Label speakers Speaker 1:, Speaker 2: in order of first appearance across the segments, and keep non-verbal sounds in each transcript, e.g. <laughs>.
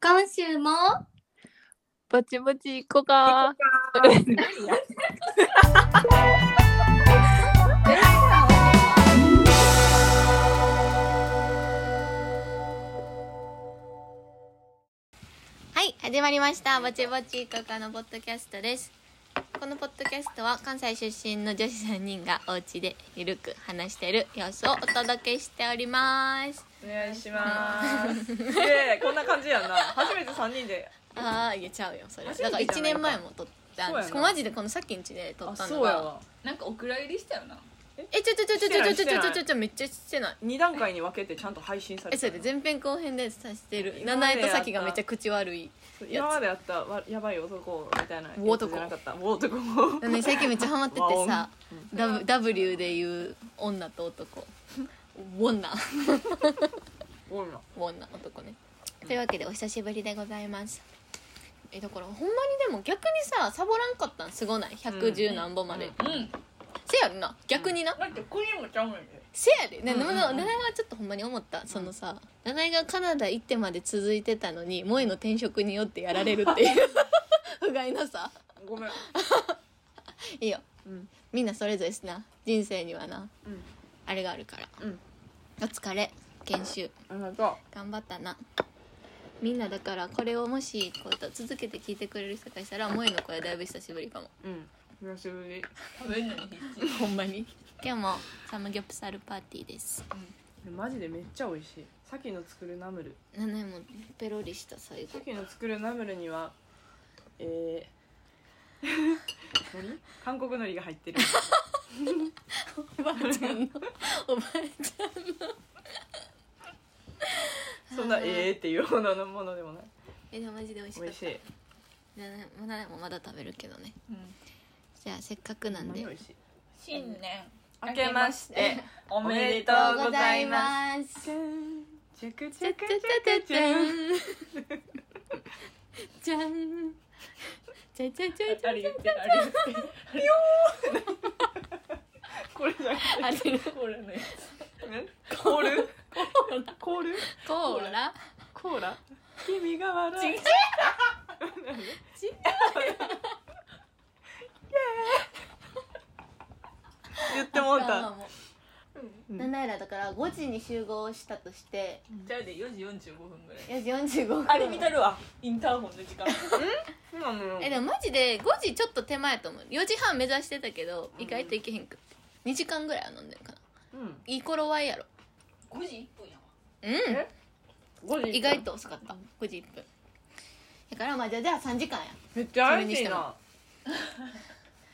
Speaker 1: 今週も
Speaker 2: ぼちぼち行こうか。
Speaker 1: はい始まりましたぼちぼちこかのポッドキャストですこのポッドキャストは関西出身の女子3人がお家でゆるく話している様子をお届けしております
Speaker 3: お願いし <laughs> ます。で、こんな感じやんな。初めて三人で。
Speaker 1: ああいやちゃうよそれだ
Speaker 3: 初
Speaker 1: か
Speaker 3: め
Speaker 1: ら
Speaker 3: てじゃないか
Speaker 1: 1年前も撮ったんです
Speaker 3: そうやな
Speaker 1: マジでこのさっきんちで撮ったのが。
Speaker 4: なんかお蔵入りしたよな
Speaker 1: えちょちょちょちょちょちょちょちょちょちょめっちゃしてない
Speaker 3: 二段階に分けてちゃんと配信
Speaker 1: え
Speaker 3: されて
Speaker 1: そ
Speaker 3: る
Speaker 1: れで前編後編でさしてる
Speaker 3: 今ま
Speaker 1: 七
Speaker 3: で
Speaker 1: 重とさきがめっちゃ口悪い
Speaker 3: 今までやったわやばい男みたいなやつ
Speaker 1: 男
Speaker 3: じゃなかった。男。
Speaker 1: だね最近めっちゃハマっててさ
Speaker 4: ん
Speaker 1: W- W で言う女と男女
Speaker 3: おるな
Speaker 1: 女男ねというわけでお久しぶりでございますえだからほんまにでも逆にさサボらんかったんすごない110何本まで、
Speaker 4: うん
Speaker 1: せやろな逆にな、
Speaker 4: だってこれもちゃうのよ
Speaker 1: せやで、ね
Speaker 3: うんうんう
Speaker 1: で
Speaker 3: ん
Speaker 1: も七重はちょっとほんまに思ったそのさ七重がカナダ行ってまで続いてたのに萌えの転職によってやられるっていう不甲斐なさ
Speaker 3: ごめん。
Speaker 1: いいよ
Speaker 3: うん
Speaker 1: みんなそれぞれですな人生にはな
Speaker 3: うん
Speaker 1: あれがあるから
Speaker 3: うん。
Speaker 1: お疲れ研修
Speaker 3: ありがと
Speaker 1: 頑張ったなみんなだからこれをもしこう続けて聞いてくれる人がいたら萌えの声だいぶ久しぶりかも
Speaker 3: う。うん。久しぶり。
Speaker 4: 食べるのに必
Speaker 1: ほんまに今日もサムギョプサルパーティーです
Speaker 3: マジでめっちゃ美味しい。さきの作るナムル。
Speaker 1: 七重もペロリした最後
Speaker 3: さきの作るナムルには、えー。 <laughs> 海苔韓国海苔が入ってる。
Speaker 1: おばあちゃんのおばあちゃん
Speaker 3: そんなえーっていうほどのものでもない。
Speaker 1: えでもマジで美味しか
Speaker 3: 美
Speaker 1: っ
Speaker 3: 味したい。
Speaker 1: 七重も七重もまだ食べるけどね
Speaker 4: 要
Speaker 1: じゃあせっかくなんで
Speaker 3: ほまに美味しい。
Speaker 4: 新年
Speaker 3: 明けましておめでとうございますす。チェクチ
Speaker 1: じゃ
Speaker 3: ェ
Speaker 1: じ
Speaker 3: ク
Speaker 1: ゃ
Speaker 3: チェクチ
Speaker 1: じゃじゃ
Speaker 3: ェク。
Speaker 1: じゃんじゃんじゃじゃじゃじゃ
Speaker 4: あれ言ってあれ言って
Speaker 3: これじゃな
Speaker 1: あれ
Speaker 4: これね
Speaker 3: くて。コール。コール。
Speaker 1: コーラ
Speaker 3: コーラ。君が笑う。言ってもう
Speaker 1: まあまあ
Speaker 3: た。
Speaker 1: もう
Speaker 3: うん
Speaker 1: 七重らだから5時に集合したとして
Speaker 4: じゃあで4時45分ぐらい
Speaker 1: 4時45分
Speaker 4: あれ見たるわインターホンの時間
Speaker 3: そうなのよ
Speaker 1: えでもマジで5時ちょっと手前やと思う4時半目指してたけど意外といけへんくって2時間ぐらいは飲んでるかな
Speaker 3: うん。
Speaker 1: いい頃合いやろ
Speaker 4: 5時1分やわ
Speaker 1: うん
Speaker 3: 五時。
Speaker 1: 意外。と遅かった5時1分だからまあじゃあじゃあ3時間や
Speaker 3: めっちゃ怪しいな。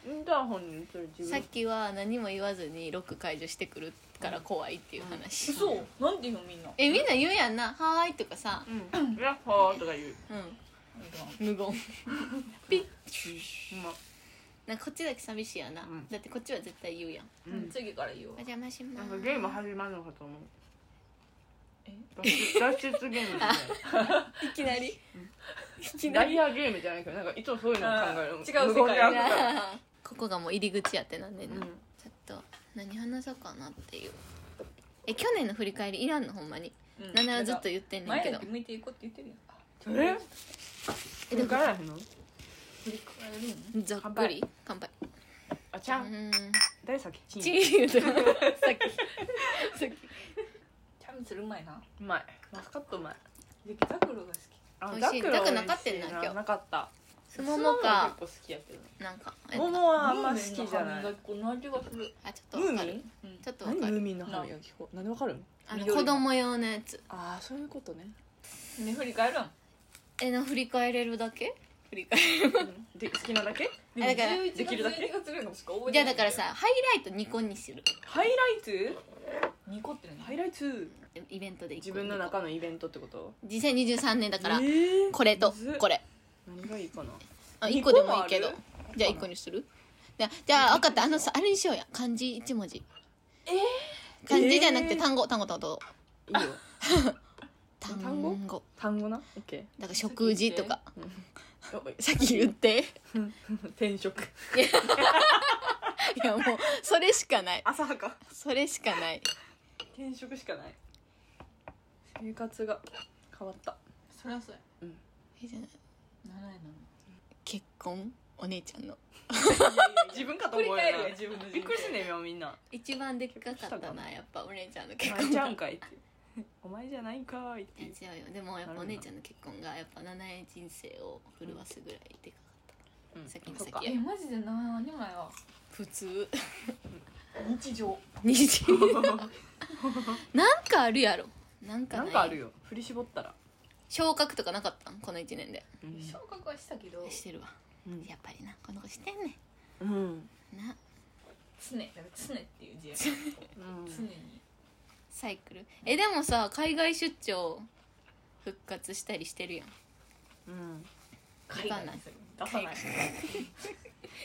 Speaker 3: インターホンにそれ自
Speaker 1: さっ
Speaker 3: 分。
Speaker 1: きは何も言わずにロック解除してくるから怖いっていう話、
Speaker 4: 嘘なんていうのみんな
Speaker 1: えみんな言うやんな「はーい」とかさ
Speaker 3: うん。ヤッホーとか言う。
Speaker 1: うん無言ピッ
Speaker 3: ほんま。
Speaker 1: なんかこっちだけ寂しいやな、
Speaker 3: うん
Speaker 1: だってこっちは絶対言うやん
Speaker 3: うん。
Speaker 4: 次から言おう
Speaker 1: お邪魔しま
Speaker 3: なん
Speaker 1: す
Speaker 3: かゲーム始まるのかと思う。
Speaker 4: え
Speaker 3: 脱出脱出ゲームみたいな。
Speaker 1: いきなりいきな
Speaker 3: ダ
Speaker 1: り
Speaker 3: イヤゲームじゃないけどなんかいつもそういうのを考える
Speaker 4: あー違う世界
Speaker 3: 無言であったから
Speaker 1: ここがもう入り口やってなんねんな、
Speaker 3: うん
Speaker 1: ちょっと何話そうかなっていうえ去年の振り返りいらんのほんまに
Speaker 4: うん
Speaker 1: 七はずっと言ってんねん
Speaker 4: 前
Speaker 1: けど
Speaker 4: だけ向いていこうって言ってるやん
Speaker 3: それ
Speaker 1: えでも
Speaker 3: 向からへんの
Speaker 4: 振り返るん
Speaker 1: ざっくり乾杯
Speaker 3: あちゃ
Speaker 1: うんーん
Speaker 3: 誰さっきチ
Speaker 1: チ
Speaker 3: ン
Speaker 1: ーズさっきさっき
Speaker 4: キャンするうまいな
Speaker 3: うまいマスカットうまい
Speaker 4: でザクロが好き
Speaker 3: あ
Speaker 1: 美味しい
Speaker 3: ザクロ
Speaker 1: ザクなかったんな
Speaker 3: 美味しい
Speaker 1: 今日
Speaker 3: なかった
Speaker 1: すももか
Speaker 3: スモモが結構好きやけど
Speaker 1: なんかえ
Speaker 3: モモはあ
Speaker 4: あ
Speaker 3: んま好きじゃない
Speaker 4: この味がする
Speaker 1: あちょっとわか
Speaker 3: ムーミ
Speaker 1: る
Speaker 3: ン
Speaker 4: うん
Speaker 1: ちょっとわ
Speaker 3: 何ム
Speaker 1: か
Speaker 3: ー
Speaker 1: る
Speaker 3: ミンの歯磨き粉なんでわかるの
Speaker 1: あの
Speaker 4: 緑
Speaker 1: 子供用のやつ
Speaker 3: ああそういうことね
Speaker 4: ね振り返らん
Speaker 1: えの振り返れるだけ振り返れる
Speaker 3: で好きなだけ
Speaker 1: あだから
Speaker 4: できるだけ
Speaker 1: じゃあだからさハイライト2個にする
Speaker 3: ハイライ
Speaker 4: 2個って
Speaker 3: ト
Speaker 4: ね
Speaker 3: ハイライト
Speaker 1: イベントで一個
Speaker 3: 自分の中のイベントってこと
Speaker 1: 2023年だから、
Speaker 3: えー
Speaker 1: これと
Speaker 3: むずっ
Speaker 1: これ
Speaker 3: 何がいいかな
Speaker 1: あ1
Speaker 3: 二個
Speaker 1: 個でもいいけど
Speaker 3: も
Speaker 1: じゃあ1個にするじゃあじゃあ分かったあのさあれにしようや漢字1文字え漢字じゃなくて
Speaker 3: えー
Speaker 1: 単語単語単語
Speaker 3: いいよ
Speaker 1: 単語
Speaker 3: 単語単語なオッケ
Speaker 1: だから食事とか
Speaker 3: ーおい
Speaker 1: <laughs> さっき言って
Speaker 3: 転職
Speaker 1: いやもうそれしかない
Speaker 3: <laughs> 浅はか
Speaker 1: それしかない
Speaker 3: 転職しかない生活が変わった
Speaker 4: そりゃそうや
Speaker 1: えじゃない
Speaker 4: ならないの
Speaker 1: 結婚お姉ちゃんの
Speaker 3: 自分かと思うよな
Speaker 4: 振り返るやん自分の人生
Speaker 3: びっくりすんねん今みんな
Speaker 1: 一番でっかかったなやっぱお姉ちゃんの結
Speaker 3: 泣いちゃう
Speaker 1: 婚
Speaker 3: んかいってお前じゃないんかいっ
Speaker 1: い
Speaker 3: て
Speaker 1: や違うよでもやっぱお姉ちゃんの結婚がやっぱ七重人生を震わすぐらいでかかった、
Speaker 3: うん
Speaker 1: 先に
Speaker 3: そっか
Speaker 1: 先
Speaker 4: えマジで何にもないわ
Speaker 1: 普通
Speaker 4: 日常
Speaker 1: 日なんかあるやろなんか
Speaker 3: な
Speaker 1: なんい
Speaker 3: かあるよ振り絞ったら
Speaker 1: 昇格とかなかったんこの1年で
Speaker 3: うん
Speaker 4: 昇格はしたけど
Speaker 1: してるわ
Speaker 3: うん
Speaker 1: やっぱりなこの子してんね
Speaker 3: うん
Speaker 1: んな
Speaker 4: 常だから常っていう字や常に
Speaker 1: サイクルえでもさ海外出張復活したりしてるやん
Speaker 3: うん
Speaker 1: 海外
Speaker 4: にする出さない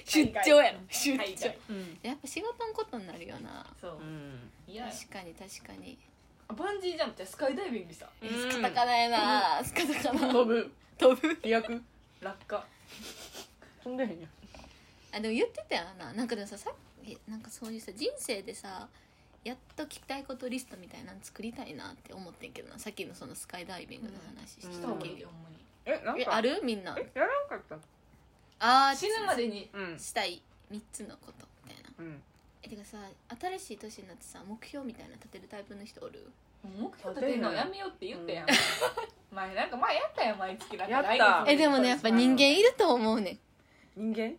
Speaker 1: 出
Speaker 4: 海外
Speaker 1: 張やろ出
Speaker 4: 海
Speaker 1: 張
Speaker 4: 外
Speaker 3: うん
Speaker 1: やっぱ仕事のことになるよな
Speaker 4: そう
Speaker 3: うん
Speaker 4: いや
Speaker 1: 確かに確かに
Speaker 4: バンジージャンプってスカイダイビングした
Speaker 1: えスカタカナやなスカタカナ
Speaker 3: 飛ぶ
Speaker 1: 飛ぶ
Speaker 3: 飛躍
Speaker 4: 落下
Speaker 3: 飛んでへんやん
Speaker 1: あでも言ってたよななんかでもささっきなんかそういうさ人生でさやっと聞きたいことリストみたいなの作りたいなって思ってんけどなさっきのそのスカイダイビングの話し
Speaker 3: うん
Speaker 1: た
Speaker 4: した方が
Speaker 1: 時、
Speaker 4: いいよほんまに
Speaker 3: えなん
Speaker 1: え
Speaker 3: か
Speaker 1: あるみんな
Speaker 3: えやらんかった
Speaker 1: あー
Speaker 4: 死ぬまでに
Speaker 3: うん
Speaker 1: したい3つのことみたいな
Speaker 3: うん
Speaker 1: えてかさ新しい年になってさ目標みたいなの立てるタイプの人おる
Speaker 4: 目標立てるのやめようって言ったやん、前なんか前やったやん毎月だ
Speaker 3: やった
Speaker 1: えでもねやっぱ
Speaker 3: り
Speaker 1: 人間いると思うねん
Speaker 3: 人間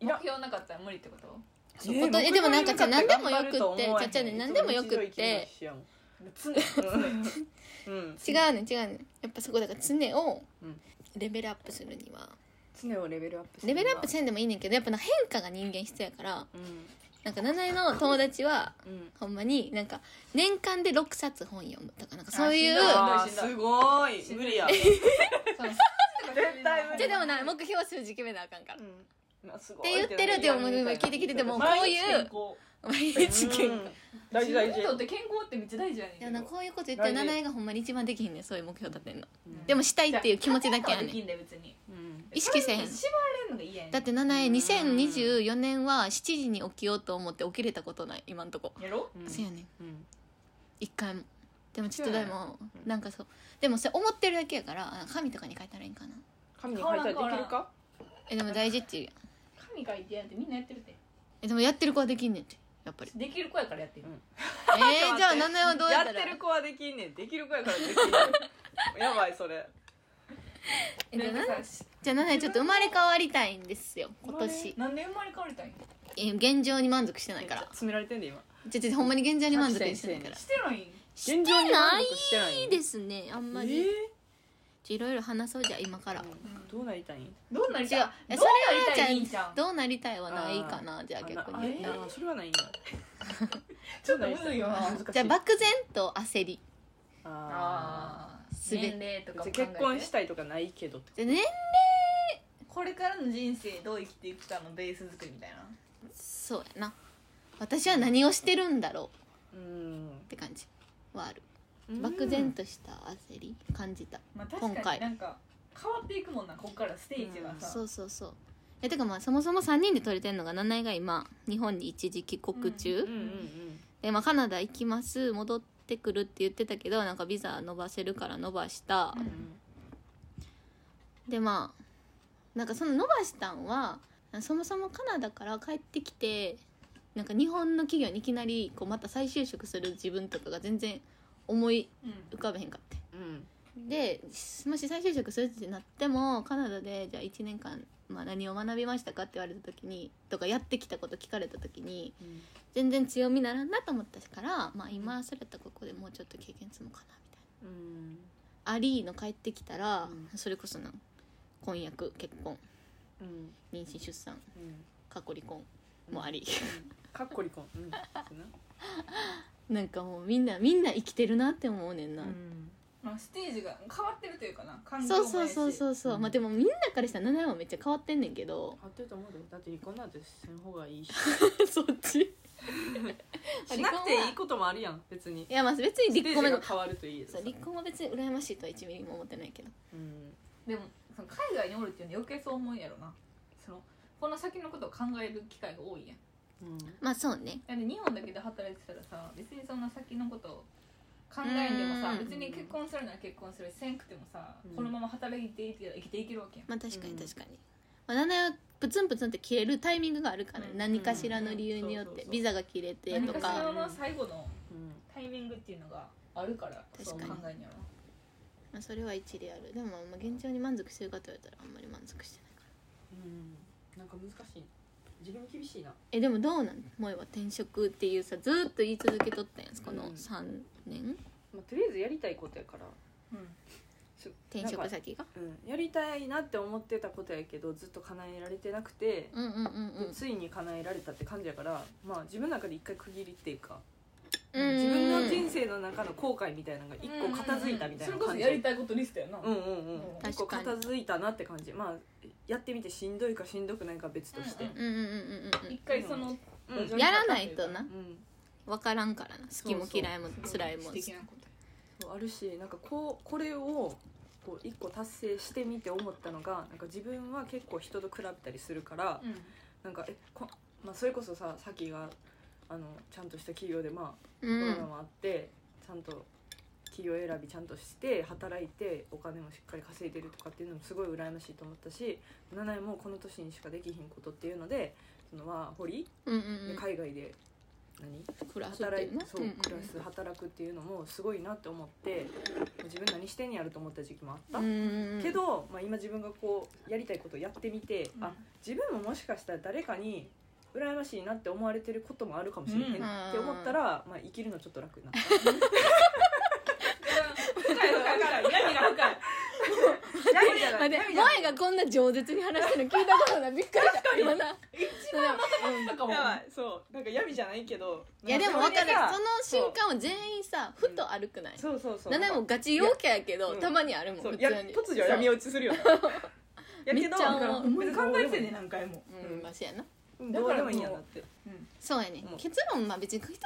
Speaker 4: 目標なかったら無理ってこと
Speaker 1: そうことえでもなんかじゃあ何でもよくってちゃちゃね何でもよくって
Speaker 4: 常に
Speaker 3: うん <laughs>
Speaker 1: 違うねん違うねんやっぱそこだから常を
Speaker 3: うん
Speaker 1: レベルアップするには
Speaker 3: 常をレベルアップする
Speaker 1: レベルアップせんでもいいねんけどやっぱな変化が人間必要やから
Speaker 3: うん
Speaker 1: なんか七重の友達は
Speaker 3: うん
Speaker 1: ほんまになんか年間で6冊本読むとかなんかそういう
Speaker 4: あしんどい
Speaker 3: あーすごい無理や
Speaker 4: そう
Speaker 3: 絶対無理
Speaker 1: じゃあでもな目標数字決めなあかんから
Speaker 3: うんすご
Speaker 1: って
Speaker 3: い
Speaker 1: 言ってるでももう今聞いてきててもこういう毎日健
Speaker 3: う
Speaker 1: 康
Speaker 3: ん大事大事
Speaker 4: 自分にとって健康ってめっちゃ大事やねん
Speaker 1: いやなこういうこと言ってる
Speaker 3: 大事
Speaker 1: 七重がほんまに一番できひんねんそういう目標立てんの
Speaker 3: うん
Speaker 1: でもしたいっていう気持ちだけやね
Speaker 4: でき
Speaker 1: ん
Speaker 4: んで別に
Speaker 3: うん
Speaker 1: 意識せへん
Speaker 4: 縛られるのが嫌やねん
Speaker 1: だって七重2024年は7時に起きようと思って起きれたことない今んとこ
Speaker 4: やろ
Speaker 3: うん
Speaker 1: そうやねん
Speaker 3: うん
Speaker 1: 一回もでもちょっとでも
Speaker 3: うん
Speaker 1: なんかそうでもそれ思ってるだけやからあ紙とかに書いたらいいんかな
Speaker 3: 神に書いたらできるか
Speaker 1: えでも大事っていうやん
Speaker 4: 神がいてやんってみんなやってるって
Speaker 1: えでもやってる子はできんねんって
Speaker 4: <laughs>
Speaker 1: やっぱり
Speaker 4: できる子やからやってる
Speaker 1: えー、じゃあ七重はどうやっ
Speaker 3: やった
Speaker 1: ら
Speaker 3: てる子はできんねんできる子やからできんねん
Speaker 1: <laughs>
Speaker 3: やばいそれ
Speaker 1: えじゃあ
Speaker 4: なん
Speaker 1: な
Speaker 4: かさ
Speaker 1: じゃあ七重ちょっと生まれ変わりたいんですよ今年
Speaker 4: なんで生まれ変わりたいん
Speaker 1: え現状に満足してないから
Speaker 3: 詰められてんねん今
Speaker 1: ちょちょほんまに現状に満足してないから
Speaker 4: してないん
Speaker 1: して
Speaker 3: 現状に
Speaker 1: な
Speaker 3: 満
Speaker 1: い
Speaker 3: 足してないん
Speaker 1: ですねあんまり、
Speaker 3: え
Speaker 1: いろいろ話そうじゃあ今から、
Speaker 3: ーどうなりたいん
Speaker 4: どうなりたい
Speaker 1: 違うえ
Speaker 4: どう
Speaker 1: そ
Speaker 4: なり
Speaker 1: れ
Speaker 4: た
Speaker 1: はいじゃあ
Speaker 4: いいんちゃん
Speaker 1: どうなりたいはないかなじゃあ逆
Speaker 3: あな
Speaker 1: に
Speaker 4: え
Speaker 3: あそれはないんだち
Speaker 4: ょっとむずいよな
Speaker 1: じゃあ漠然と焦り
Speaker 3: あ
Speaker 4: あ
Speaker 1: す
Speaker 4: ー
Speaker 1: べ
Speaker 4: 年齢と
Speaker 3: ー
Speaker 4: かも考えて
Speaker 3: 結婚したいとかないけどって
Speaker 1: でね
Speaker 4: これからの人生どう生きていくかのベース作りみたいな
Speaker 1: そうやな私は何をしてるんだろう
Speaker 3: うん
Speaker 1: って感じはある漠然とした焦り感じた
Speaker 4: まあ確
Speaker 1: 今
Speaker 4: か
Speaker 1: 回
Speaker 4: になんか変わっていくもんなここからステージがさ、
Speaker 1: そうそうそうえてかまあそもそも3人で撮れてんのが七重が今日本に一時帰国中、
Speaker 3: うんうんうん
Speaker 1: で、まあ、カナダ行きます戻ってくるって言ってたけどなんかビザ伸ばせるから伸ばした、
Speaker 4: うん
Speaker 1: でまあなんかその伸ばしたんはそもそもカナダから帰ってきてなんか日本の企業にいきなりこうまた再就職する自分とかが全然思い
Speaker 4: うん
Speaker 1: 浮かべへんかって
Speaker 3: うん
Speaker 1: でもし再就職するってなってもカナダでじゃあ1年間、まあ、何を学びましたかって言われた時にとかやってきたこと聞かれた時に
Speaker 3: うん
Speaker 1: 全然強みならんなと思ったから、まあ、今はそれやったらここでもうちょっと経験積むかなみたいな。
Speaker 3: うん
Speaker 1: アリーの帰ってきたら、
Speaker 3: うん
Speaker 1: それこそな婚約結婚
Speaker 3: うん
Speaker 1: 妊娠出産
Speaker 3: うん
Speaker 1: 過去離婚もあり、 <laughs>
Speaker 3: かっこ離婚うんそうな
Speaker 1: なんかもうみんなみんな生きてるなって思うねんな、
Speaker 4: まあ、ステージが変わってるというかな環境
Speaker 1: そ
Speaker 4: も
Speaker 1: うそうそうそううそう、
Speaker 3: うん
Speaker 1: まあでもみんなからしたら7はめっちゃ変わってんねんけど
Speaker 3: 合ってると思うでだって離婚なんてせん方がいい <laughs> し
Speaker 1: <laughs> そっち
Speaker 3: しなくていいこともあるやん別に
Speaker 1: いやまあ別に
Speaker 3: ス
Speaker 1: 離
Speaker 3: テー
Speaker 1: 婚
Speaker 3: ジ
Speaker 1: は
Speaker 3: が変わるといいです
Speaker 1: そう離婚は別に羨ましいとは1ミリも思ってないけど
Speaker 3: うん
Speaker 4: でもその海外におるっていうのは余計そう思うんやろなそのこの先のことを考える機会が多いやん
Speaker 3: うん
Speaker 1: まあそうね
Speaker 4: だって日本だけで働いてたらさ別にそんな先のことを考えんでもさ
Speaker 1: うん
Speaker 4: 別に結婚するなら結婚するせんくてもさ、
Speaker 3: うん
Speaker 4: このまま働いていけ生きていけるわけやん
Speaker 1: まあ確かに
Speaker 3: うん
Speaker 1: 確かに、まあ、なんだよプツンプツンって切れるタイミングがあるから、ね
Speaker 4: うん
Speaker 1: 何かしらの理由によっ
Speaker 3: うんそうそう
Speaker 1: て
Speaker 3: そう
Speaker 1: ビザが切れて
Speaker 4: 何
Speaker 1: と
Speaker 4: かし
Speaker 1: から
Speaker 4: の最後の
Speaker 3: うん
Speaker 4: タイミングっていうのがあるからそう
Speaker 1: 確
Speaker 4: 考
Speaker 1: かに
Speaker 4: えんやろ
Speaker 1: まあ、それは一理あるでもまあ現状に満足してるかと言われたらあんまり満足してないから
Speaker 3: うんなんか難しい自分厳しいな
Speaker 1: えでもどうなん萌えは転職っていうさずーっと言い続けとったやんこの
Speaker 3: うん
Speaker 1: 3年
Speaker 3: まあ、とりあえずやりたいことやからす
Speaker 1: 転
Speaker 3: な
Speaker 1: 職
Speaker 3: んか、
Speaker 1: 先が
Speaker 3: うん、やりたいなって思ってたことやけどずっと叶えられてなくて、
Speaker 1: うんうんうん
Speaker 3: でついに叶えられたって感じやからまあ自分の中で一回区切りっていうか
Speaker 1: うんうん
Speaker 3: 自分の人生の中の後悔みたいなのが一個片付いたみたいな
Speaker 4: それこ
Speaker 3: 感
Speaker 4: そ
Speaker 3: じ
Speaker 4: やりたいことリストやな、
Speaker 3: うんうんうん
Speaker 4: うん
Speaker 3: 一個
Speaker 1: 確かに
Speaker 3: 片付いたなって感じまあやってみてしんどいかしんどくないかは別として
Speaker 4: うん
Speaker 1: うんうんうんうん
Speaker 4: 一回その
Speaker 3: うん
Speaker 4: うん
Speaker 1: うんやらないとな
Speaker 3: うん
Speaker 1: 分からんからな好きも嫌いも辛いも
Speaker 4: 素敵なこと
Speaker 3: そうあるしなんかこうこれをこう一個達成してみて思ったのがなんか自分は結構人と比べたりするから、
Speaker 4: うん
Speaker 3: なんかえこ、まあ、それこそささきがあのちゃんとした企業でまあ
Speaker 1: う
Speaker 3: コロ
Speaker 1: ん
Speaker 3: ナもあって、ちゃんと企業選びちゃんとして働いてお金もしっかり稼いでるとかっていうのもすごい羨ましいと思ったし七重もこの年にしかできひんことっていうのでそのまあ堀、
Speaker 1: うんうん
Speaker 3: で
Speaker 1: うん
Speaker 3: 海外で何
Speaker 1: 暮らすって
Speaker 3: 働
Speaker 1: い
Speaker 3: いう
Speaker 1: な
Speaker 3: そう
Speaker 1: うんうん
Speaker 3: 暮らす働くっていうのもすごいなって思って自分何してんやると思った時期もあった、
Speaker 1: うんうんうん
Speaker 3: けど、まあ、今自分がこうやりたいことをやってみて、
Speaker 4: うん
Speaker 3: あ自分ももしかしたら誰かに羨ましいなって思われてることもあるかもしれへんって思ったら、まあ、生きるのちょっと楽に
Speaker 1: <laughs>
Speaker 3: なっ
Speaker 4: 深い深い深い
Speaker 3: た
Speaker 4: 闇が深い
Speaker 3: 何じゃな
Speaker 1: 待 <laughs>
Speaker 3: い
Speaker 1: って萌がこんな饒舌に話してるの聞いたことないびっくりした今な一番
Speaker 4: なんかもう
Speaker 3: やばいそうなんか闇じゃないけど
Speaker 1: いやでも分かる
Speaker 3: なん
Speaker 1: その瞬間は全員さふと歩くない
Speaker 3: そうそうそう
Speaker 1: 七重もガチ陽キャやけど
Speaker 3: うん
Speaker 1: たまにあるもん
Speaker 3: そう
Speaker 1: 普
Speaker 3: や
Speaker 1: 通に
Speaker 3: 突如闇
Speaker 1: を
Speaker 3: 落ち
Speaker 1: <laughs>
Speaker 3: するよなや
Speaker 1: めっちゃ思う
Speaker 4: 別に考えてんねん何回も
Speaker 1: うんまあそうやな
Speaker 3: うんどうでもいいんやなって
Speaker 1: そうやね
Speaker 3: うん
Speaker 1: 結論まあ別に人と比べ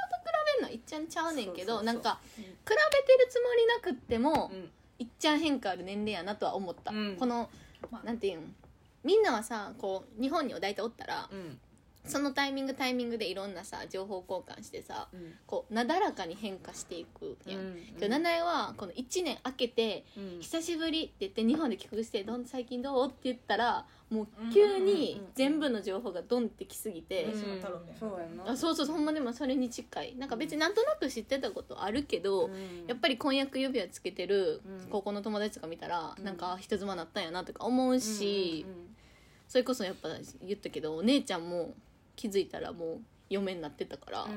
Speaker 1: るのはいっちゃんちゃうねんけど
Speaker 3: そうそうそう
Speaker 1: なんか
Speaker 3: うん
Speaker 1: 比べてるつもりなくっても
Speaker 3: うん
Speaker 1: いっちゃん変化ある年齢やなとは思った
Speaker 3: うん
Speaker 1: この
Speaker 4: まあ
Speaker 1: なんていうんみんなはさこう日本にお大体おったら
Speaker 3: うん
Speaker 1: そのタイミングタイミングでいろんなさ情報交換してさ
Speaker 3: うん
Speaker 1: こうなだらかに変化していくやん、
Speaker 3: うん
Speaker 1: 今日七重はこの1年明けて
Speaker 3: うん
Speaker 1: 「久しぶり」って言って日本で帰国して「どん最近どう?」って言ったらもう急
Speaker 3: うんうん
Speaker 1: に
Speaker 3: うんうん
Speaker 1: 全部の情報がドンってきすぎて、
Speaker 4: うん太郎みたいな
Speaker 3: そうやんな
Speaker 1: あそうそうほんまでもそれに近いなんか別になんとなく知ってたことあるけど、やっぱり婚約指輪つけてる
Speaker 3: うん
Speaker 1: 高校の友達とか見たら、
Speaker 3: うん
Speaker 1: なんかあ人妻なったんやなとか思うし、
Speaker 3: うんうんうん
Speaker 1: それこそやっぱ言ったけどお姉ちゃんも気づいたらもう嫁になってたから、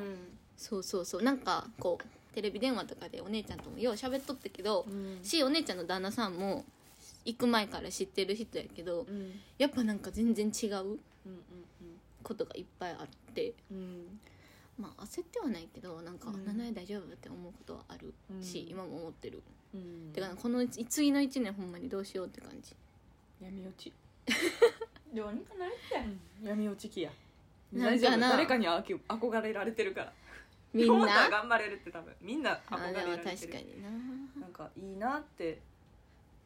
Speaker 1: そうそうそうなんかこうテレビ電話とかでお姉ちゃんともよう喋っとったけど、
Speaker 3: うん
Speaker 1: しお姉ちゃんの旦那さんも行く前から知ってる人やけど
Speaker 3: うんうん
Speaker 1: やっぱなんか全然違う
Speaker 3: うん
Speaker 1: ことがいっぱいあって
Speaker 3: うんうん
Speaker 1: まあ焦ってはないけどなんか
Speaker 3: うん
Speaker 1: 「七重大丈夫?」って思うことはあるし、
Speaker 3: うん
Speaker 1: 今も思ってる、
Speaker 3: うん
Speaker 1: てかこの次の1年ほんまにどうしようって感じ
Speaker 3: 闇落ち
Speaker 4: どうにかなりたい
Speaker 3: 闇落ち期や
Speaker 1: なんかな
Speaker 3: 大丈夫誰かにあき憧れられてるから
Speaker 1: みん
Speaker 3: 友
Speaker 1: な
Speaker 3: 達は頑張れるって多分みんな
Speaker 1: あ
Speaker 3: 憧れ
Speaker 1: でも
Speaker 3: られて
Speaker 1: 確か
Speaker 3: る
Speaker 1: にな
Speaker 3: なんかいいなって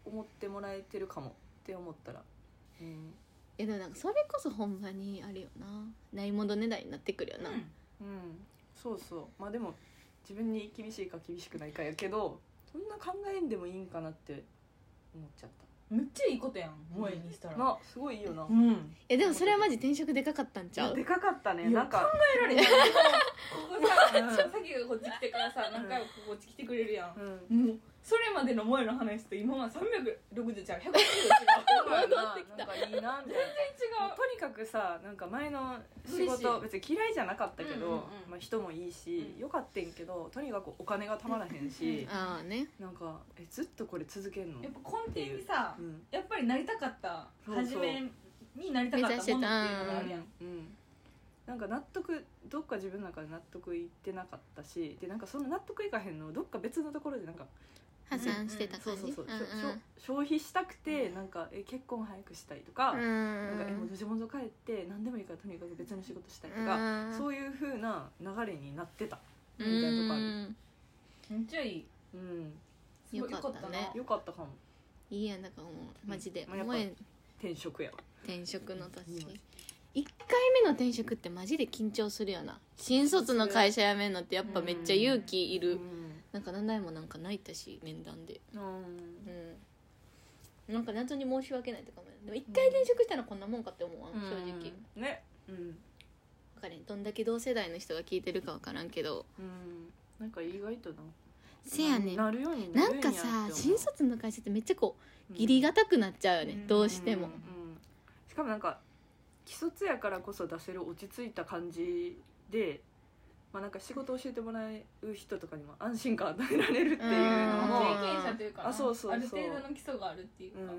Speaker 3: 思ってもらえてるかもって思ったらうん
Speaker 1: いやでもなんかそれこそほんまにあるよなないものねだりになってくるよな、
Speaker 3: うんそうそうまあでも自分に厳しいか厳しくないかやけどそんな考えんでもいいんかなって思っちゃっ
Speaker 4: めっちゃいいことやん萌えにした
Speaker 3: た
Speaker 4: ら
Speaker 3: なすごいいいよな
Speaker 4: うん
Speaker 1: えでもそれはマジ転職でかかったんちゃう
Speaker 3: でかかったね
Speaker 4: いや
Speaker 3: なんか
Speaker 4: 帰られへんここ
Speaker 3: う
Speaker 4: さ
Speaker 3: ん
Speaker 4: さっきがこっち来てからさ何回もこっち来てくれるやん
Speaker 3: うん
Speaker 4: もうそれまでの萌えの話と今は360ちゃう180違う全然違う
Speaker 1: ってきた
Speaker 3: なんかいいなみたいなもうとにかくさなんか前の仕事別に嫌いじゃなかったけど、
Speaker 4: うんうんうん
Speaker 3: まあ、人もいいし、
Speaker 4: うん
Speaker 3: よかったんけどとにかくお金がたまらへん
Speaker 4: うんうん
Speaker 3: し、
Speaker 1: ああね
Speaker 3: なんかえずっとこれ続けんの
Speaker 4: やっぱ根底にさ
Speaker 3: うん
Speaker 4: やっぱりなりたかった
Speaker 3: そうそう
Speaker 4: 初めになりたかったものっていうのがあるやん
Speaker 3: うん、なんか納得どっか自分の中で納得いってなかったしでなんかその納得いかへんのをどっか別のところでなんか
Speaker 1: 破産してた感じ
Speaker 3: そうそうそう、
Speaker 1: ん
Speaker 3: しょしょ消費したくてなんかえ結婚早くしたいとか,、
Speaker 1: う
Speaker 3: なんかえ
Speaker 1: ん
Speaker 3: もうどしもど帰って何でもいいからとにかく別の仕事したいとか、
Speaker 1: うん
Speaker 3: そういう風な流れになってたみ
Speaker 1: う
Speaker 3: たいなとこある、
Speaker 1: ん
Speaker 4: めっちゃいい
Speaker 3: うん、
Speaker 4: すごい
Speaker 1: よかったね
Speaker 4: よか
Speaker 3: よかったかも
Speaker 1: いいやんだからもうマジで
Speaker 3: まあやっぱ
Speaker 1: 萌え
Speaker 3: 転職やわ
Speaker 1: 転職の年
Speaker 3: うん
Speaker 1: 1回目の転職ってマジで緊張するよな新卒の会社辞めるのってやっぱめっちゃ勇気いる
Speaker 3: ん
Speaker 1: なんか何代もなんか泣いたし面談で
Speaker 3: うん
Speaker 1: うんなんか謎に申し訳ないとかもでも一回転職したらこんなもんかって思わん、正直分
Speaker 3: ねうん
Speaker 1: かれんどんだけ同世代の人が聞いてるか分からんけど
Speaker 3: うんなんか意外とな
Speaker 1: せやねん
Speaker 3: なるように
Speaker 1: な
Speaker 3: る
Speaker 1: ん
Speaker 3: や
Speaker 1: か
Speaker 3: って思う
Speaker 1: さ新卒の会社ってめっちゃこう義理堅くなっちゃうよね、
Speaker 4: うん
Speaker 1: どうしても、
Speaker 3: うんしかもなんか既卒やからこそ出せる落ち着いた感じで、まあ、なんか仕事を教えてもらう人とかにも安心感与えられるっていうの
Speaker 1: ん
Speaker 3: も、
Speaker 1: う
Speaker 4: 経験者というかな
Speaker 3: あそうそうそう
Speaker 4: ある程度の基礎があるっていう
Speaker 3: う
Speaker 4: か、
Speaker 3: ん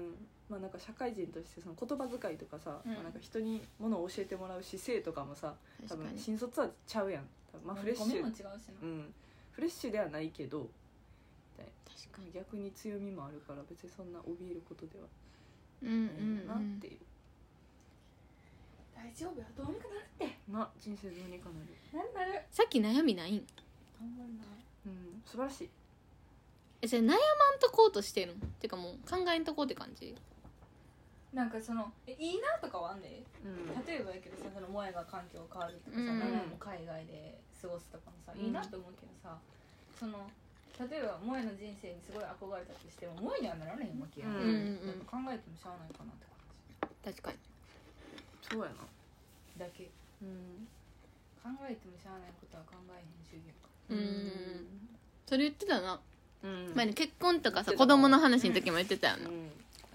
Speaker 3: まあ、なんか社会人としてその言葉遣いとかさ、
Speaker 4: うん
Speaker 3: まあ、なんか人にものを教えてもらう姿勢とかもさ多
Speaker 1: 確か
Speaker 3: 分
Speaker 1: に
Speaker 3: 新卒はちゃうやん多分まあフレッシ
Speaker 4: 米も違
Speaker 3: ュ
Speaker 4: う、しな、
Speaker 3: うん、フレッシュではないけど
Speaker 1: 確かに
Speaker 3: 逆に強みもあるから別にそんな怯えることでは
Speaker 1: うんうん
Speaker 3: ないな
Speaker 1: う
Speaker 3: っ
Speaker 1: ん
Speaker 3: ていう、
Speaker 4: 大丈夫やどうにかなるって
Speaker 3: まあ人生どうにかなる、
Speaker 4: なるなる
Speaker 1: さっき悩みないん
Speaker 4: 頑張るな
Speaker 3: うん、素晴らしい
Speaker 1: えそれ悩まんとこうとしてるんてかもう考えんとこうって感じ
Speaker 4: なんかそのえいいなとかはあんで、
Speaker 3: うん
Speaker 4: 例えばやけどさその萌えが環境変わるとかさ、
Speaker 1: うん
Speaker 4: 長いも海外で過ごすとかもさ、
Speaker 3: うん
Speaker 4: いいなと思うけどさその例えば萌えの人生にすごい憧れたとしても萌えにはなられへんわけや、、
Speaker 3: うん
Speaker 1: う
Speaker 4: な
Speaker 1: んんう
Speaker 4: ん
Speaker 1: ん
Speaker 4: か考えてもしゃあないかなって感
Speaker 1: 確かに
Speaker 3: そうやな
Speaker 4: じだけ
Speaker 3: うん
Speaker 4: 考えてもしゃあないことは考えへん主義やか
Speaker 1: うんそれ言ってたな
Speaker 3: うん
Speaker 1: 前に結婚とかさ
Speaker 3: 言ってた
Speaker 1: 子供の話の時も言ってたよ
Speaker 3: う
Speaker 1: な、
Speaker 3: ん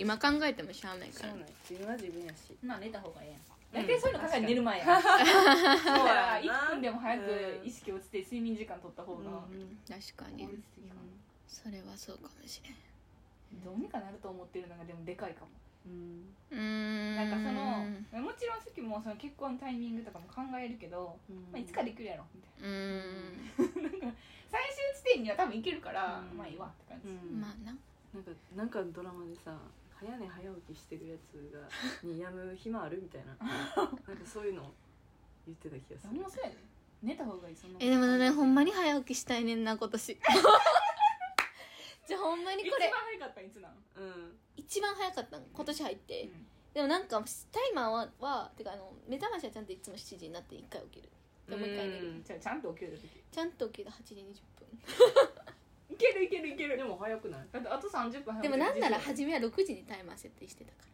Speaker 1: 今考えてもしゃあない
Speaker 3: し
Speaker 1: か
Speaker 3: ゃあ
Speaker 1: ら
Speaker 3: ない自分は自分やし
Speaker 4: らまあ寝た方がええ
Speaker 3: う
Speaker 4: や
Speaker 3: ん
Speaker 4: ん大体そういうの考えて寝る前や、だ
Speaker 3: <laughs>
Speaker 4: から1分でも早く意識落ちて睡眠時間取った方
Speaker 3: う
Speaker 4: が
Speaker 1: 確
Speaker 3: ん
Speaker 1: かに
Speaker 4: 効率的かな、
Speaker 1: それはそうかもし
Speaker 4: どうにかなると思ってるのがでもでかいかも
Speaker 3: うん
Speaker 1: れんうーん
Speaker 4: なんかそのもちろんさっきもその結婚のタイミングとかも考えるけど、まあ、いつかできるやろみたいう
Speaker 1: ー
Speaker 4: ななんか最終地点には多分いけるから、
Speaker 3: うん
Speaker 4: まあいいわって感じ、
Speaker 1: んまあな
Speaker 3: なんかなんかのドラマでさ早寝早起きしてるやつがにやむ暇あるみたいななんかそういうの言ってた気がす
Speaker 4: 何
Speaker 3: る
Speaker 4: もそうやで寝た方がいいそんな
Speaker 1: えでもねほんま
Speaker 4: に
Speaker 1: に早起きしたいねんな今年 <laughs> じゃあほんまに
Speaker 4: 一
Speaker 1: こ
Speaker 4: 番
Speaker 1: れ
Speaker 4: 早かったんいつなの、
Speaker 3: うん
Speaker 1: 一番早かったの今年入って、
Speaker 4: うん
Speaker 1: でもなんかタイマーははてかあの目覚ましはちゃんといつも7時になって1回起きるでもう一回寝る、
Speaker 3: うん
Speaker 4: じゃあちゃんと起きれた時
Speaker 1: ちゃんと起きた8時20分
Speaker 4: いけるいけるいける
Speaker 3: でも早くない
Speaker 4: だってあと30分早く
Speaker 1: でもなんなら
Speaker 4: で
Speaker 1: 初めは6時にタイマー設定してたか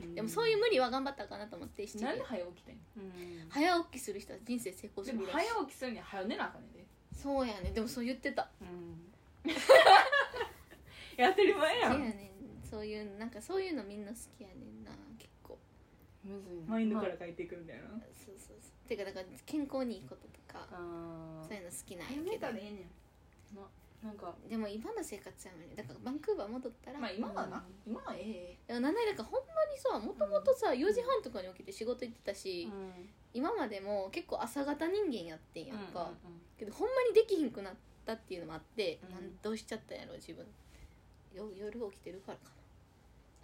Speaker 1: ら、でもそういう無理は頑張ったかなと思って7時
Speaker 4: なんで早起きたんや
Speaker 3: うん
Speaker 1: 早起きする人は人生成功す
Speaker 4: で
Speaker 1: る
Speaker 4: も
Speaker 1: らしい
Speaker 4: 早起きするには早寝なあかんねんで
Speaker 1: そうやねでもそう言ってた
Speaker 3: うん
Speaker 4: いや当たり前
Speaker 1: そ
Speaker 4: や
Speaker 1: うや
Speaker 4: ん
Speaker 1: ねんそういうなんかそういうのみんな好きやねんな結構
Speaker 3: むずいな
Speaker 4: マインドから変えていくみたいな、
Speaker 1: そうそうそうてかだから健康にいいこととか
Speaker 3: まああ
Speaker 1: そういうの好きなん
Speaker 4: 早
Speaker 1: や
Speaker 4: 寝
Speaker 1: け
Speaker 4: たら
Speaker 1: ど
Speaker 4: ええねん
Speaker 3: なんか
Speaker 1: でも今の生活やもんねだからバンクーバー戻ったら、
Speaker 4: まあ今はな、
Speaker 3: う
Speaker 4: 今はえ
Speaker 1: でもなんだかほんまにさもともとさ4時半とかに起きて仕事行ってたし、今までも結構朝方人間やってんやんか、けどほんまにできひんくなったっていうのもあって、
Speaker 3: うん
Speaker 1: なんどうしちゃったんやろ自分よ夜起きてるからか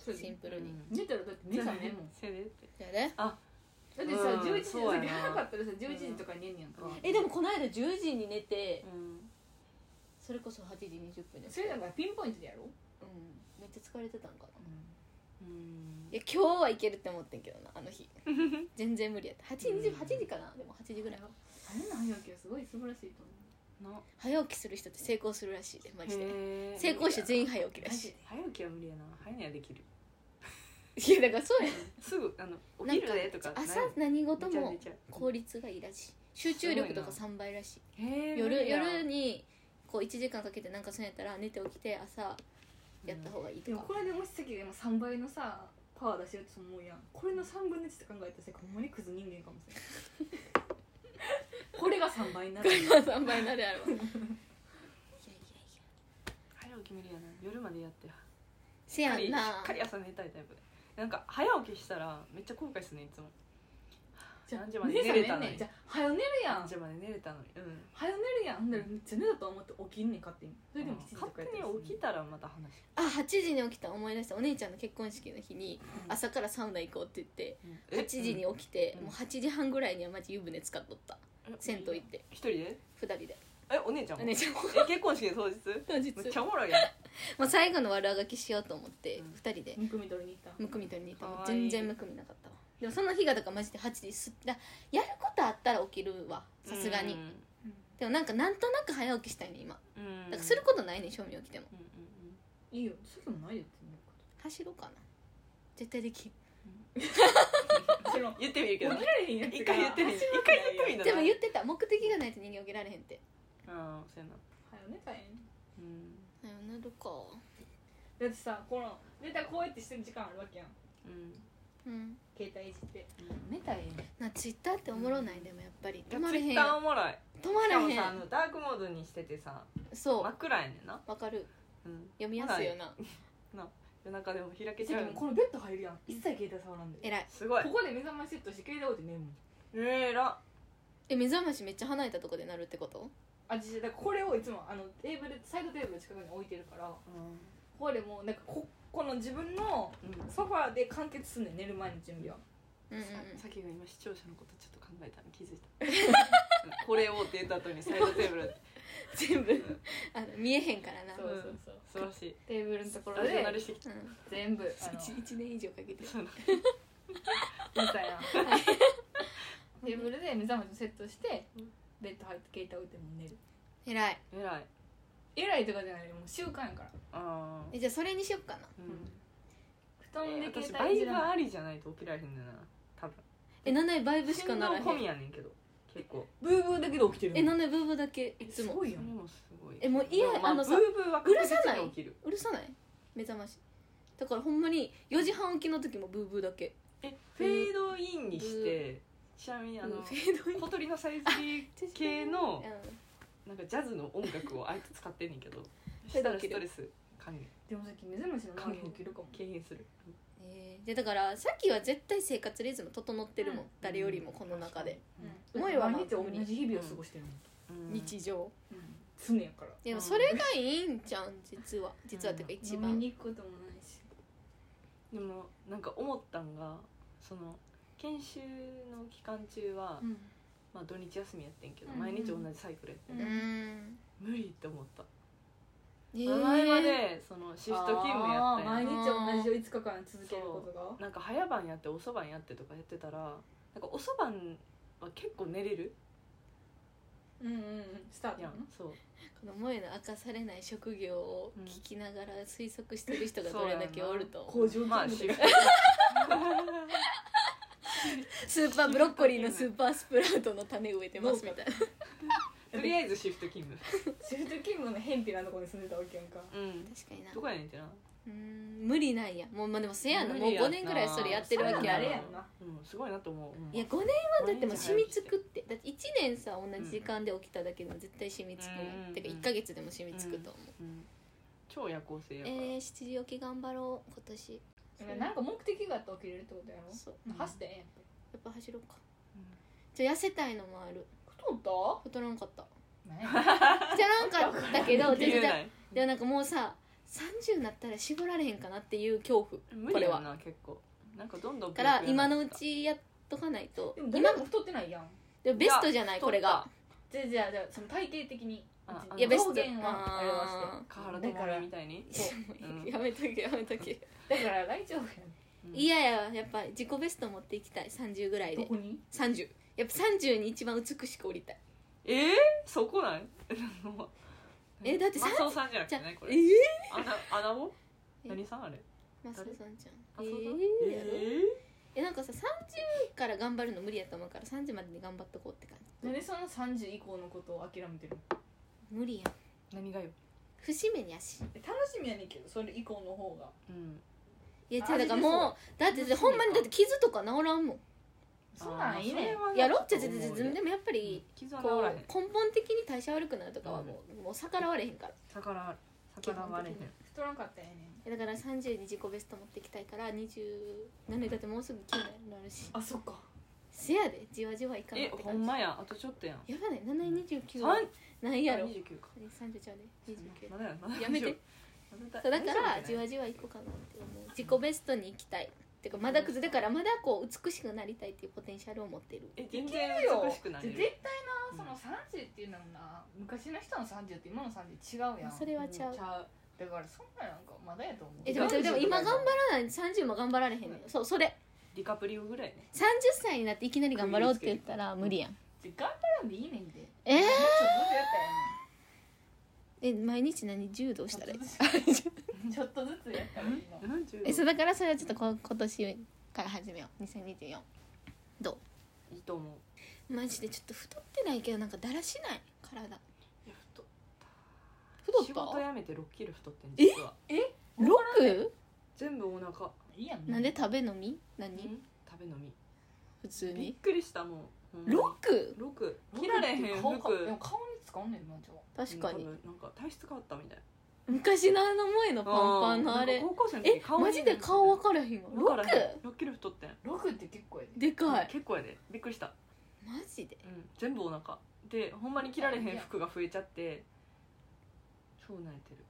Speaker 4: え
Speaker 1: なシンプルに、
Speaker 3: うん
Speaker 4: 寝たらだって目覚めんもん
Speaker 3: せれって
Speaker 1: やで
Speaker 4: だってさ、
Speaker 3: うん
Speaker 4: 11時
Speaker 3: そうや
Speaker 4: の
Speaker 3: な
Speaker 4: 時早かったらさ11時とかに寝んねやんか、
Speaker 3: うん
Speaker 1: えでもこの間10時に寝て
Speaker 3: うん
Speaker 1: それこそ8時20分です
Speaker 4: そういうのがピンポイントでやろう、
Speaker 1: うんめっちゃ疲れてたんかな
Speaker 3: うん
Speaker 1: いや今日はいけるって思ってんけどなあの
Speaker 3: <laughs>
Speaker 1: 日全然無理やった8時8時かなでも8時ぐらいは
Speaker 4: 早寝の早起きはすごい素晴らしいと思う
Speaker 3: の
Speaker 1: 早起きする人って成功するらしいでマジで
Speaker 3: へー
Speaker 1: 成功して全員早起きら
Speaker 4: マジ
Speaker 1: し
Speaker 4: で
Speaker 3: 早起きは無理やな早寝はできる
Speaker 1: いいやだからそうや
Speaker 3: すぐあの
Speaker 1: な
Speaker 3: 起
Speaker 1: ん
Speaker 3: きるでとかない
Speaker 1: 朝何事
Speaker 3: 寝ちゃう
Speaker 1: も
Speaker 3: 寝ちゃう
Speaker 1: 効率がいいらしい集中力とか3倍らしい
Speaker 3: へー無
Speaker 1: 夜
Speaker 3: 理や
Speaker 1: 夜にこう1時間かけてなんかそうやったら寝て起きて朝やった方がいい
Speaker 4: で
Speaker 1: と
Speaker 4: も
Speaker 1: か
Speaker 4: こ、れでもし席でも3倍のさパワー出してると思うやんこれの3分の1って考えたらさほんまにクズ人間かもしれないこれが3倍になる
Speaker 1: これが3倍になるや
Speaker 3: <laughs>
Speaker 1: ろいやいやいや
Speaker 3: 早起き無理やな夜までやってし
Speaker 1: せ
Speaker 3: っ
Speaker 1: や
Speaker 3: かり
Speaker 1: ん
Speaker 3: し
Speaker 1: な
Speaker 3: っかり朝寝たいタイプなんか早起きしたらめっちゃ後悔するねいつも
Speaker 4: じゃあ
Speaker 3: 何時まで寝れたの
Speaker 4: 目覚めんね
Speaker 3: に
Speaker 4: んじゃあ早寝るや
Speaker 3: 何
Speaker 4: ん
Speaker 3: 時まで寝れたのにうん
Speaker 4: 早寝るやんほんならめっちゃ寝たと思って起きんねん勝手にそれでも7時と
Speaker 3: 勝
Speaker 4: か
Speaker 3: 手
Speaker 4: や
Speaker 3: に起き
Speaker 4: き
Speaker 3: たらまた話
Speaker 1: あ8時に起きた思い出したお姉ちゃんの結婚式の日に朝からサウナ行こうって言
Speaker 3: え
Speaker 1: って8時に起きて
Speaker 3: うん
Speaker 1: もう8時半ぐらいにはマジ湯船使っとった
Speaker 3: うん
Speaker 1: 銭湯行って
Speaker 3: 一人で
Speaker 1: 2人で
Speaker 3: えお姉ちゃん
Speaker 1: お
Speaker 3: も
Speaker 1: 姉ちゃんも
Speaker 3: え結婚式の当日
Speaker 1: 当日
Speaker 3: めっちゃおもろいやん
Speaker 1: もう最後の悪あがきしようと思って
Speaker 3: うん
Speaker 1: 2人で
Speaker 4: むくみ取りに行った
Speaker 1: むくみ取りに行ったの
Speaker 3: かわいい
Speaker 1: 全然むくみなかったわでもその日がだからマジで8時すっだやることあったら起きるわさすがに
Speaker 3: うん
Speaker 4: うん
Speaker 1: でもなんかなんとなく早起きしたいね今
Speaker 3: うん
Speaker 1: だからすることないね正味起きても
Speaker 3: うんうんうん
Speaker 4: いいよそういうのないよって思うこ
Speaker 1: 走ろうかな絶対できる
Speaker 4: とその
Speaker 3: 言ってみるけど
Speaker 4: <laughs> 起きられへんやつが
Speaker 3: 一回言ってみる
Speaker 4: 走る
Speaker 3: 一回言ってみる
Speaker 1: でも言ってた目的がないと人間起きられへんって
Speaker 3: ああそうやな
Speaker 4: はよ寝たいん
Speaker 3: うん
Speaker 1: なよなるか
Speaker 4: だってさこの寝たらこうやってしてる時間あるわけやん
Speaker 3: うん
Speaker 1: うん
Speaker 4: 携帯いじって
Speaker 3: うん
Speaker 4: 寝たいん
Speaker 1: なツイッターっておもろないでもやっぱり止まれへん
Speaker 3: ツイッター
Speaker 1: や
Speaker 3: おもろい
Speaker 1: ん止ま
Speaker 3: し
Speaker 1: れ
Speaker 3: かも
Speaker 1: へ
Speaker 3: さあ
Speaker 1: ん
Speaker 3: のダークモードにしててさ
Speaker 1: そ
Speaker 3: 真
Speaker 1: う
Speaker 3: っ暗やねんな、
Speaker 1: わかる
Speaker 3: うん、
Speaker 1: 読みやすいよな
Speaker 3: 夜中でも開け
Speaker 4: え
Speaker 3: ちゃうよ
Speaker 4: もこのベッド入るやん一切携帯触らんで
Speaker 1: 偉い
Speaker 3: すごい
Speaker 4: ここで目覚ましセットして携帯置いて寝るもん
Speaker 3: えら
Speaker 1: え目覚ましめっちゃ離れたとこで鳴るってこと
Speaker 4: あ実際だからこれをいつもあのテーブルサイドテーブルの近くに置いてるから
Speaker 3: う
Speaker 4: ここでもうなんかここの自分の
Speaker 3: ん、うん、
Speaker 4: ソファーで完結すんねん寝る前の準備は
Speaker 1: <laughs> うんうんうん
Speaker 3: ささっきが今視聴者のことちょっと考えたの気づいた
Speaker 1: <laughs>
Speaker 3: うんこれをって言った後にサイドテーブル
Speaker 1: 全部あの見えへんからな
Speaker 4: そうそうそう
Speaker 3: 素晴らしい
Speaker 4: テーブルのところ
Speaker 3: ラジオ慣
Speaker 4: で
Speaker 3: れしてき
Speaker 1: うん
Speaker 4: 全部あの
Speaker 1: 一一年以上かけて
Speaker 3: た
Speaker 4: うるさい <laughs> なテーブルで目覚ましをセットして
Speaker 3: うん
Speaker 4: ベッド入って携帯置いてもう寝る
Speaker 1: 偉い
Speaker 3: えらい
Speaker 4: 偉いとかじゃないよもう習慣やから
Speaker 3: あー
Speaker 1: えじゃあそれにしよっかな
Speaker 3: うん
Speaker 4: 布団で
Speaker 3: 私
Speaker 4: 携
Speaker 3: バ
Speaker 4: 帯い
Speaker 3: イ
Speaker 4: じ
Speaker 3: ブ
Speaker 4: らない
Speaker 3: ありじゃないと起きられへんねんな多分
Speaker 1: えななえバイブしか
Speaker 3: 振
Speaker 1: な
Speaker 3: 動
Speaker 1: らへ
Speaker 3: 込み
Speaker 1: ん
Speaker 3: やねんけど結構
Speaker 4: ブーブーだけで起きてる
Speaker 1: えななえブーブーだけいつ
Speaker 4: す
Speaker 1: も
Speaker 4: ごい
Speaker 3: そ
Speaker 4: よ
Speaker 3: れもすごい
Speaker 1: えもう家
Speaker 3: でま
Speaker 1: あのさ
Speaker 3: ブーブーは確実に起きる
Speaker 1: うるさない目覚ましだからほんまに4時半起きの時もブーブーだけ
Speaker 3: えフェードインにしてちなみにあ
Speaker 1: う
Speaker 3: の
Speaker 1: んフェードイン
Speaker 3: 小鳥のさえずり系の
Speaker 1: うん
Speaker 3: なんかジャズの音楽をあいつ使ってんね
Speaker 1: <laughs>
Speaker 3: んけど
Speaker 1: それ
Speaker 3: した
Speaker 1: だ
Speaker 3: ら
Speaker 1: け
Speaker 3: ス
Speaker 1: で
Speaker 3: トレス還元
Speaker 4: でもさっき目覚ましの前に起きるかも
Speaker 3: 軽減する
Speaker 1: えーでだからさっきは絶対生活リズム整ってるもん、
Speaker 4: うん
Speaker 1: 誰よりもこの中で、
Speaker 4: うん
Speaker 1: 萌えは
Speaker 4: 毎日同じ日々を過ごしてるもん
Speaker 3: うん
Speaker 1: 日常
Speaker 4: 常やから
Speaker 1: でもそれがいいんじゃん実は実はっていうか一番、
Speaker 4: 飲みに行くこともないし
Speaker 3: でもなんか思ったんがその研修の期間中は、
Speaker 4: うん
Speaker 3: まあ、土日休みやってんけど、
Speaker 4: うんうん
Speaker 3: 毎日同じサイクルやって
Speaker 1: う
Speaker 3: て、
Speaker 1: ーん
Speaker 3: 無理って思った、
Speaker 1: え
Speaker 3: 前ま
Speaker 1: ー、
Speaker 3: でそのシフト勤務やったんや
Speaker 4: 毎日同じを5日間続けることが
Speaker 3: なんか早晩やって遅番やってとかやってたらなんか遅番は結構寝れる
Speaker 4: うんうんうんスタート
Speaker 3: や
Speaker 4: や
Speaker 3: ん、
Speaker 4: ん
Speaker 3: そう
Speaker 1: この萌えの明かされない職業を聞きながら推測してる人がどれだけおると、
Speaker 4: 工場勤
Speaker 3: まあ
Speaker 4: 務
Speaker 3: シ
Speaker 4: で
Speaker 3: フト
Speaker 1: スーパーブロッコリーのスーパースプラウトの種植えてますみ <laughs> たいな
Speaker 3: <laughs> とりあえずシフト勤務
Speaker 4: シフト勤務のへんぴなとこに住んでたわけやんか
Speaker 3: うん
Speaker 1: 確かにな
Speaker 3: どこやねんってな
Speaker 1: うーん無理なんやもうまあでもせやな
Speaker 3: 無
Speaker 1: もう
Speaker 3: 理や
Speaker 1: 5
Speaker 3: な
Speaker 1: 年ぐらいそれやってるわ
Speaker 4: そん
Speaker 1: け
Speaker 4: な
Speaker 1: や
Speaker 4: んあ
Speaker 1: ろ
Speaker 4: れ
Speaker 1: い
Speaker 4: やんな
Speaker 3: うんすごいなと思う、うん
Speaker 1: や5年はだってもう染みつくってだって1年さ同じ時間で起きただけでも絶対染みつくもん、
Speaker 3: うんうんうん
Speaker 1: てか1か月でも染みつくと思う、
Speaker 3: うん超夜行性やから、
Speaker 1: えー、7時起き頑張ろう今年
Speaker 4: なんか目的があって起きれるってことやろ
Speaker 1: そう
Speaker 3: うん
Speaker 4: 走ってええやん
Speaker 1: やっぱ走ろうか
Speaker 3: う
Speaker 1: じゃあ痩せたいのもある
Speaker 4: 太っ
Speaker 1: 太らんかった
Speaker 4: たなんや
Speaker 1: 太らんかったけ
Speaker 3: <laughs>
Speaker 1: ど
Speaker 3: ん切
Speaker 1: 全
Speaker 3: れな
Speaker 1: 然
Speaker 3: い
Speaker 1: でもなんかもうさ30になったら絞られへんかなっていう恐怖
Speaker 3: 無理やな結構なんかどんどん
Speaker 1: か
Speaker 3: ブ
Speaker 1: ら
Speaker 3: ヨブヨ
Speaker 1: 今
Speaker 3: にな
Speaker 1: の
Speaker 3: っ
Speaker 1: う
Speaker 3: てき
Speaker 1: ちやっとかないと
Speaker 4: でも
Speaker 1: 今
Speaker 4: 誰も太ってないやん
Speaker 1: でもベストじゃない
Speaker 3: た
Speaker 1: これが
Speaker 4: じゃあじゃあじゃあその体型的に
Speaker 3: ああの
Speaker 1: いやベスト
Speaker 4: 表現はあれは
Speaker 1: あ
Speaker 4: し
Speaker 1: ー
Speaker 3: た河原智美みたいにうん
Speaker 1: <laughs> やめとけやめとけ
Speaker 4: てだから大丈夫やん
Speaker 1: いやいややっぱ自己ベスト持っていきたい30ぐらい
Speaker 4: ど
Speaker 1: で
Speaker 4: こに
Speaker 1: 30やっぱ30に一番美しく降りたい
Speaker 3: えー、そこない
Speaker 1: <laughs> えだってさ
Speaker 3: マサオさんじゃなく
Speaker 1: じゃ
Speaker 3: て
Speaker 1: あ
Speaker 3: ねこ
Speaker 1: え
Speaker 3: れ
Speaker 1: ー、
Speaker 3: アナアナゴ
Speaker 1: え
Speaker 3: 何さんあれ
Speaker 1: マサオさんじゃん
Speaker 3: マ
Speaker 1: え
Speaker 3: サオさん
Speaker 1: ー、やろ
Speaker 3: え
Speaker 1: えなんかさ30から頑張るの無理やと思うから30までに頑張っとこうって感じ
Speaker 4: なんでその30以降のことを諦めてるの
Speaker 1: 無理やん
Speaker 3: ー、何がよ
Speaker 1: 節目に足
Speaker 4: え楽しみやねんけどそれ以降の方が
Speaker 3: うん
Speaker 1: いや
Speaker 4: あ
Speaker 1: 違うだからもうだっ
Speaker 4: で
Speaker 1: て
Speaker 4: そう
Speaker 1: ほんまにだって傷とか治らんも
Speaker 4: そんなんいいねん
Speaker 3: あーそれは
Speaker 1: ん
Speaker 3: ね
Speaker 1: やろ
Speaker 3: ち
Speaker 1: じ
Speaker 3: ょ
Speaker 1: ゃ
Speaker 3: っ
Speaker 1: じ
Speaker 3: と
Speaker 1: ゃ
Speaker 3: 思う
Speaker 1: じゃでもやっぱり
Speaker 3: 傷は治
Speaker 1: こ
Speaker 3: ら
Speaker 1: う
Speaker 3: へん
Speaker 1: 根本的に代謝悪くなるとかはもう,、もう逆らわれへんから
Speaker 3: 逆ら逆らわれへん
Speaker 4: 太らんかったやねん
Speaker 1: えだから30に自己ベスト持っていきたいから27だってもうすぐ9になるし
Speaker 4: あそっか
Speaker 1: せやでじわじわいかなっ
Speaker 3: え
Speaker 1: て感じ
Speaker 3: ほんまやあとちょっとやん
Speaker 1: やばない729は
Speaker 3: 三
Speaker 1: ないやろ
Speaker 3: 二十九か
Speaker 1: 30ちゃうね29
Speaker 3: まだやまだ
Speaker 1: やめて
Speaker 3: 大丈夫
Speaker 1: そうだか
Speaker 3: ま
Speaker 1: ら
Speaker 3: 大
Speaker 1: じ
Speaker 3: 丈夫
Speaker 1: わじわいこうかなって思う自己ベストに行きたいっていうかまだ崩れからまだこう美しくなりたいっていうポテンシャルを持ってる
Speaker 3: え全然美しくなれ
Speaker 4: 絶
Speaker 3: る
Speaker 4: 対なその30っていうのもな昔の人の30って今の30違うやん
Speaker 1: まあそれはちゃう
Speaker 4: だからそんなんなんかまだやと思う
Speaker 1: えでもでもでも今頑張
Speaker 4: る
Speaker 1: らない30も頑張られへんねんそうそれ
Speaker 3: ディカプリオぐらいね
Speaker 1: 30歳になっていきなり頑張ろうって言ったら無理やん
Speaker 4: じゃ頑張らんでいいねんで
Speaker 1: えー
Speaker 4: ちょっとずつや
Speaker 1: え毎日何柔道したらいい
Speaker 4: ったらええねんちょっとずつやったらいいの
Speaker 3: なんていう
Speaker 1: <laughs>
Speaker 3: の
Speaker 1: えそうだからそれはちょっとこ今年から始めよう2024ど
Speaker 3: いいと思う
Speaker 1: うマジでちょっと太ってないけどなんかだらしない体
Speaker 3: いや太っ
Speaker 1: 太っ
Speaker 3: 仕事
Speaker 1: た
Speaker 3: 辞めて6キロ太ってん実は
Speaker 1: 六？
Speaker 3: 全部お腹
Speaker 4: いいやん
Speaker 1: なんで食べ飲み
Speaker 3: 食
Speaker 1: 何
Speaker 3: べ飲み
Speaker 1: 普通
Speaker 3: びっ
Speaker 1: に
Speaker 3: くりしたもん
Speaker 1: 六？
Speaker 3: 6切られへん
Speaker 4: 顔か
Speaker 3: 服
Speaker 4: でも顔に使うねんなじゃあ
Speaker 1: 確か
Speaker 3: 多
Speaker 1: に
Speaker 3: 分なんか体質変わったみたい
Speaker 1: 昔のあの萌えのパ
Speaker 3: な
Speaker 1: ンパンのあ
Speaker 3: な
Speaker 1: れ
Speaker 3: んか高校生の時
Speaker 1: え
Speaker 3: 顔
Speaker 1: マジで顔分からへんわ
Speaker 3: わからへ
Speaker 1: 6
Speaker 3: ん6キロ太ってん
Speaker 4: 6って結構やで
Speaker 1: でかい
Speaker 3: 結構やでびっくりした
Speaker 1: マジで
Speaker 3: うん全部お腹でほんまに着られへん服が増えちゃって超泣いてる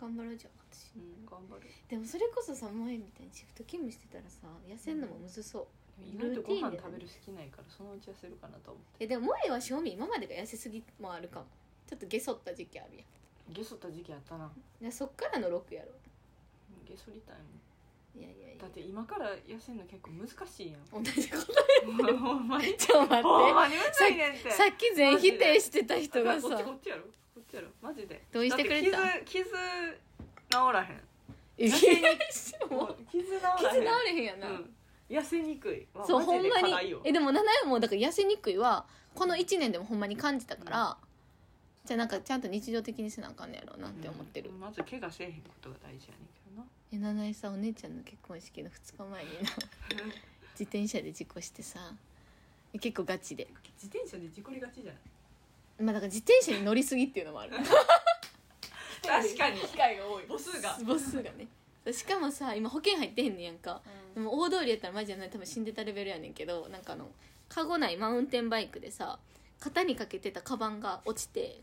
Speaker 1: 頑張ろうじゃん私
Speaker 3: うん頑張る
Speaker 1: でもそれこそさ萌えみたいにシフト勤務してたらさ痩せんのもむずそう
Speaker 3: 意外とご飯食べる好きないからそのうち痩せるかなと思って
Speaker 1: えでも萌えは正味今までが痩せすぎもあるかもちょっとゲソった時期あるやん
Speaker 3: ゲソった時期あったな
Speaker 1: でそっからの6やろ
Speaker 3: ゲソりたいも
Speaker 1: いやいやい
Speaker 3: ん
Speaker 1: や
Speaker 3: だって今から痩せるの結構難しい <laughs> やん
Speaker 1: 同じこと
Speaker 3: ほんまに
Speaker 1: ちょっと待
Speaker 3: ほん
Speaker 1: っ
Speaker 3: まにむずいねんって
Speaker 1: てさっき全否定してた人が
Speaker 3: こっち
Speaker 1: さ
Speaker 3: こっちやろこっちやろマジで
Speaker 1: 同意してくれてた
Speaker 3: だって傷傷治らへん
Speaker 1: いや
Speaker 3: 痩せに
Speaker 1: もう
Speaker 3: <laughs> 傷治らへん
Speaker 1: 傷治れへんやな、
Speaker 3: うん、痩せにくいわ
Speaker 1: そうほ
Speaker 3: マ
Speaker 1: ん
Speaker 3: ジで
Speaker 1: ま
Speaker 3: 課題
Speaker 1: に
Speaker 3: よ
Speaker 1: えでも七重もだから痩せにくいはこの1年でもほんまに感じたから、じゃあなんかちゃんと日常的にせなあかんねやろなって思ってる、
Speaker 3: うんまず怪我せえへんことが大事やねんけどな
Speaker 1: え七重さお姉ちゃんの結婚式の2日前
Speaker 3: <laughs>
Speaker 1: にな自転車で事故してさ結構ガチで
Speaker 3: 自転車で事故りがちじゃ
Speaker 1: まあだから自転車に乗りすぎっていうのもある
Speaker 3: ない確 <laughs> かに
Speaker 4: 機会が多い
Speaker 3: 母数が
Speaker 1: 母数がねしかもさ今保険入ってへんねやんかでも大通りやったらマジでない多分死んでたレベルやねんけどなんかあのカゴ内マウンテンバイクでさ肩にかけてたカバンが落ちて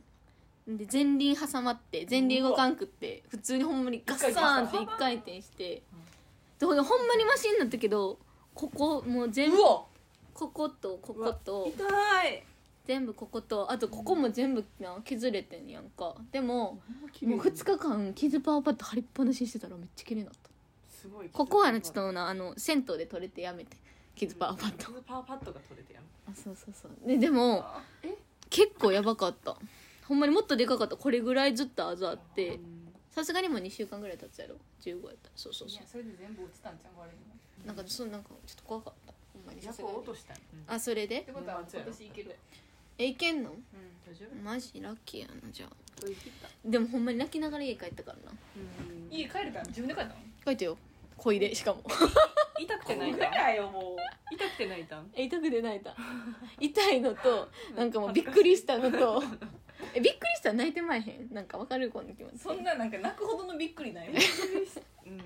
Speaker 1: で前輪挟まって前輪動かんくって普通にほんまにガッサーンって一回転してでほんまにマシになったけどここもう全部
Speaker 3: わ
Speaker 1: こことここと
Speaker 3: 痛い
Speaker 1: 全部こことあとここも全部な削れてんやんかでももう2日間傷パワーパッド貼りっぱなしにしてたらめっちゃ綺麗になった
Speaker 3: すごい
Speaker 1: ここはなちょっとなあの銭湯で取れてやめて傷パワーパッド
Speaker 3: 傷パワーパッドが取れてやん
Speaker 1: あそうそうそうででも
Speaker 3: あ
Speaker 1: 結構やばかったほんまにもっとでかかったこれぐらいずっとあざあっ
Speaker 3: う
Speaker 1: て
Speaker 3: ん
Speaker 1: さすがにもう2週間ぐらい経つやろ15やったそうそう
Speaker 4: い
Speaker 1: そ
Speaker 4: やそれで全部落ちたんちゃう悪いのっ
Speaker 1: うなんかそうなんかちょっと怖かったほんまに
Speaker 3: や
Speaker 1: さ
Speaker 3: っ
Speaker 1: す
Speaker 3: ぱ
Speaker 1: がに
Speaker 3: 落としたんうん
Speaker 1: あそれで
Speaker 4: てことは今年いける
Speaker 1: えいけんの
Speaker 4: うん
Speaker 3: 大丈
Speaker 1: マジラッキーやなじゃあ
Speaker 3: 夫取り切った
Speaker 1: でもほんまに泣きながら家帰ったからな
Speaker 3: うん
Speaker 4: 家帰れたの自分で帰ったの
Speaker 1: 書いてよ小入れしかも
Speaker 3: 痛くて泣い
Speaker 4: 帰
Speaker 3: たん
Speaker 4: らよもう
Speaker 3: 痛くて泣いたん
Speaker 1: え <laughs> 痛くて泣いた痛いのとなんかもうびっくりしたのと <laughs> えびっくりしたら泣いてまえへんなんかわかるこの気持ち
Speaker 4: そんななんか泣くほどのびっくりない <laughs>
Speaker 3: びっくりしうん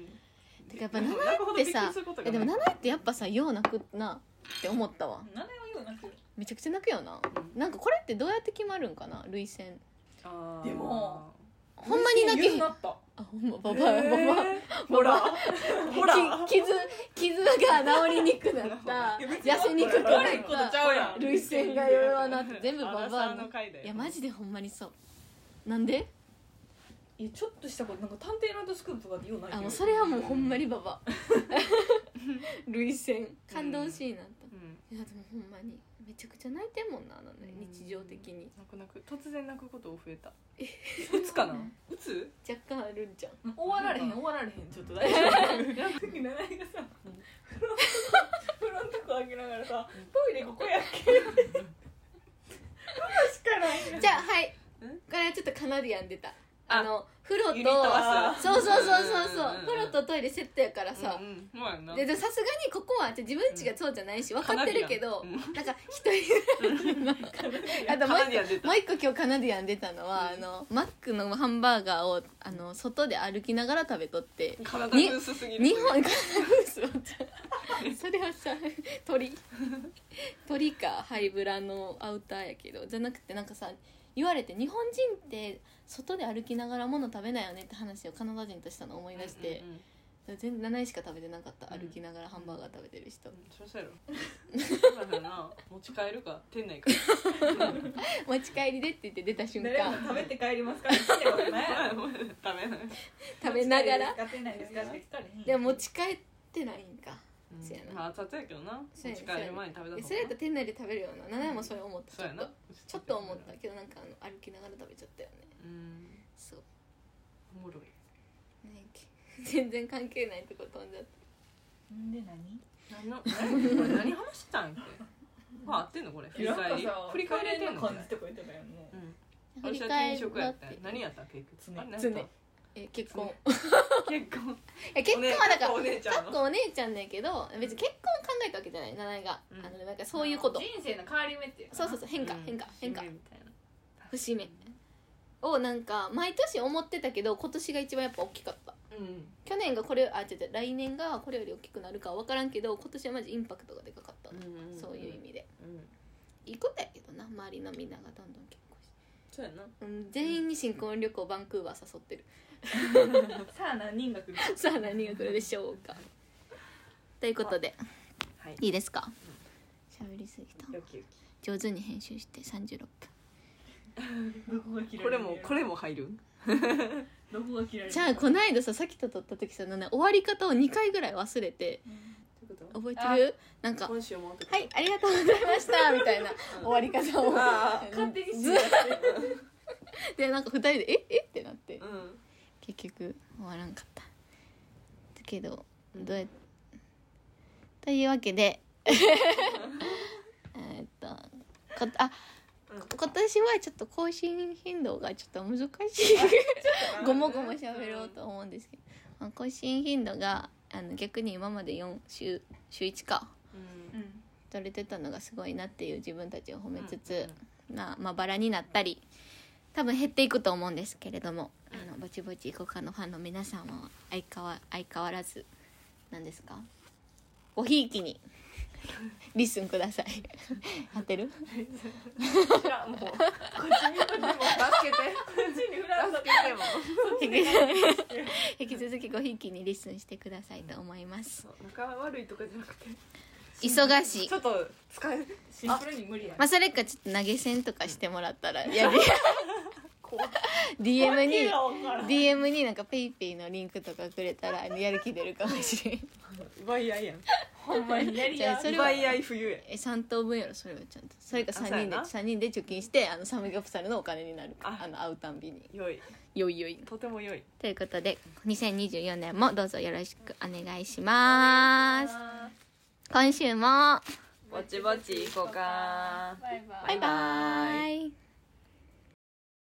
Speaker 1: てかやっぱ
Speaker 3: で
Speaker 1: 名
Speaker 3: も泣くほど
Speaker 1: 前っ
Speaker 3: びってくり
Speaker 1: さ
Speaker 3: することが
Speaker 1: えでも
Speaker 3: な
Speaker 1: 名
Speaker 3: い
Speaker 1: 前ってやっぱさよう泣くなって思ったわ
Speaker 4: 名前はよう泣くよ
Speaker 1: めちゃくちゃ泣くよな
Speaker 3: うん
Speaker 1: なんかこれってどうやって決まるんかな涙腺
Speaker 3: あー
Speaker 4: でも
Speaker 1: ほんまに泣けへん
Speaker 4: な
Speaker 1: あ
Speaker 4: った
Speaker 1: ほんまババ
Speaker 3: えー
Speaker 1: バ
Speaker 3: ほら
Speaker 1: バ
Speaker 3: ほら
Speaker 1: き傷傷が治りにくなった
Speaker 4: いや別に
Speaker 1: 痩せにくくな
Speaker 4: 悪いこと
Speaker 1: っ
Speaker 4: ち
Speaker 1: た
Speaker 4: ゃうやん
Speaker 1: 涙腺が弱なって全部
Speaker 3: ア
Speaker 1: バ
Speaker 3: ラサ
Speaker 1: バ
Speaker 3: ーの回だよ
Speaker 1: いやマジでほんまにそうなんで
Speaker 4: いやちょっとしたことなんか探偵ランドスクープとかでよう泣いて
Speaker 1: あ
Speaker 4: る
Speaker 1: もうそれはもうほんまにバ
Speaker 3: <laughs>
Speaker 1: バ涙腺感動しいなと、
Speaker 3: うん
Speaker 1: いやでもほんまにめちゃくちゃ泣いてんもんなあのね
Speaker 3: うん
Speaker 1: 日常的に
Speaker 3: 泣く泣く突然泣くこと増えたうつかなうつ
Speaker 1: 若干あるんじゃん
Speaker 4: うん終わられへん終わられへんちょっと大 <laughs> 丈夫時七重がさフロントこ開けながらさトイレここやっけここしかない
Speaker 1: じゃあはい
Speaker 3: ん
Speaker 1: これはちょっとカナディアン出た
Speaker 3: あ
Speaker 1: あの風呂と
Speaker 3: ユニットバス
Speaker 1: そうそうそうそうそう
Speaker 3: うんうんうん
Speaker 1: 風呂とトイレセットやから
Speaker 3: さ
Speaker 1: さ
Speaker 3: う、んそうやんな
Speaker 1: ででさすがにここはじゃあ自分ちがそうじゃないし分かってるけど、
Speaker 3: うん
Speaker 1: なんか一人ぐらい <laughs> あともう
Speaker 3: カナディアン
Speaker 1: 一
Speaker 3: 出
Speaker 1: 個
Speaker 3: た
Speaker 1: もう一個今日カナディアン出たのは、あのマックのハンバーガーをあの外で歩きながら食べとって
Speaker 3: 体が薄すぎる
Speaker 1: 日本 <laughs> からフースをそれはさ鳥鳥かハイブラのアウターやけどじゃなくてなんかさ言われて日本人って外で歩きながらもの食べないよねって話をカナダ人としたの思い出して
Speaker 3: うんうんうん
Speaker 1: 全然7位しか食べてなかった
Speaker 3: うん
Speaker 1: 歩きながらハンバーガー食べてる人
Speaker 3: うんそりゃそ
Speaker 1: <laughs>
Speaker 3: うやろそうだな持ち帰るか店内か
Speaker 1: <laughs> 持ち帰りでって言って出た瞬
Speaker 4: 誰も
Speaker 1: 間
Speaker 4: 食べて帰りますから来てもらえない
Speaker 3: 食べない
Speaker 1: <laughs> 食べながら
Speaker 4: 使ってないですかって聞かれへん
Speaker 1: でも持ち帰ってないんか
Speaker 3: うん
Speaker 1: そうやな
Speaker 3: まあ熱々やけどな
Speaker 1: そう
Speaker 3: 持
Speaker 1: や
Speaker 3: ち帰る前に食べた
Speaker 1: え
Speaker 3: 方
Speaker 1: それやったら店内で食べるような七重もそれ思った
Speaker 3: そう
Speaker 1: ち
Speaker 3: や
Speaker 1: ょっ
Speaker 3: な
Speaker 1: とちょっと思ったけどなんかあの歩きながら食べちゃったよね
Speaker 3: うん
Speaker 1: そう
Speaker 3: おもろい
Speaker 1: ね全然関係ないとこ飛んじゃった
Speaker 4: んで何
Speaker 3: 何のえこれ何話してたん
Speaker 1: <laughs>
Speaker 3: やっけまあ合ってんのこれ振り返り振り返れてんのこれ
Speaker 4: 感じとか言ってたやんね
Speaker 3: うん
Speaker 1: 振り
Speaker 3: 私
Speaker 1: 返
Speaker 3: は転
Speaker 1: り
Speaker 3: 職やった
Speaker 1: だっ
Speaker 3: よ
Speaker 1: て
Speaker 3: 何やった結局
Speaker 4: 常
Speaker 3: あれ何やっ
Speaker 1: え結婚い
Speaker 3: た結婚
Speaker 1: や結婚はだから
Speaker 3: お姉ちゃん
Speaker 1: か
Speaker 3: の
Speaker 1: っこお姉ちゃんだけど別に結婚を考えたわけじゃない七重が、
Speaker 3: うん
Speaker 1: あのなんかそういうこと
Speaker 4: 人生の変わり目っていう
Speaker 1: そうそうそう変化
Speaker 3: うん
Speaker 1: 変化変化
Speaker 3: 節目みたいな
Speaker 1: 節目をなんか毎年思ってたけど今年が一番やっぱ大きかった
Speaker 3: うん
Speaker 1: 去年がこれあ違う違う来年がこれより大きくなるかは分からんけど今年はマジインパクトがでかかった、
Speaker 3: うん
Speaker 1: そういう意味で
Speaker 3: うん
Speaker 1: いいことやけどな周りのみんながどんどん結婚して、
Speaker 3: そうやな
Speaker 1: うん、全員に新婚旅行バンクーバー誘ってる
Speaker 4: さあ何人が来る
Speaker 1: <laughs> さあ何が来るでしょうかということで
Speaker 3: はい
Speaker 1: いいですか喋りすぎた
Speaker 3: よきよ
Speaker 1: 上手に編集して36分
Speaker 4: どこが切
Speaker 3: き
Speaker 4: られる
Speaker 3: これもこれも入る
Speaker 4: どこが切られる
Speaker 1: じゃあこの間ささっきと撮った時さなな終わり方を2回ぐらい忘れて覚えてるなんか「
Speaker 3: 今週もってこと
Speaker 1: はいありがとうございました」みたいな終わり方を
Speaker 3: あ
Speaker 4: 勝手にし
Speaker 1: ず
Speaker 4: やって
Speaker 1: <laughs> でなんか2人で「ええっ?」てなって
Speaker 3: あうん
Speaker 1: 結局終わらんかっただけど
Speaker 3: うん
Speaker 1: どうやというわけ
Speaker 3: <laughs>
Speaker 1: でえーっとこあ
Speaker 3: うん
Speaker 1: 今年はちょっと更新頻度がちょっと難しいごもごも喋ろうと思うんですけど、まあ、更新頻度があの逆に今まで4週週1か
Speaker 3: うん
Speaker 4: うん
Speaker 1: 取れてたのがすごいなっていう自分たちを褒めつつ、
Speaker 3: うん
Speaker 1: まあ、まあバラになったり多分減っていくと思うんですけれどもあのぼちぼちいこかのファンの皆さんは相変わ相変わらず何ですかごひいき <laughs> にリスンください合ってる
Speaker 3: いやもうこっちにも助けて
Speaker 4: こっちにフランス
Speaker 3: 助けても
Speaker 1: 引き続きごひいきにリスンしてくださいと思います
Speaker 3: そう仲悪いとかじゃなくて
Speaker 1: 忙しい
Speaker 3: ちょっと使え
Speaker 4: シンプルに無理や
Speaker 1: まあそれかちょっと投げ銭とかしてもらったらや <laughs> る DM に DM になんかペイペイのリンクとかくれたらやる気出るかもしれん
Speaker 3: 奪い合いやん
Speaker 4: ほんまにやり
Speaker 1: じゃ
Speaker 4: や
Speaker 1: あそれは
Speaker 3: 奪い合い冬や
Speaker 1: え3等分やろそれはちゃんとそれか
Speaker 3: あそう
Speaker 1: 3
Speaker 3: や
Speaker 1: 人で
Speaker 3: な
Speaker 1: 三人で貯金してあのサムギョプサルのお金になるあ
Speaker 3: あ
Speaker 1: の会うたんびに
Speaker 3: 良い
Speaker 1: よいよい
Speaker 3: とても良い
Speaker 1: ということで2024年もどうぞよろしくお願いします今週も
Speaker 3: ぼちぼち行こうか
Speaker 4: バイバイ
Speaker 1: バイバイ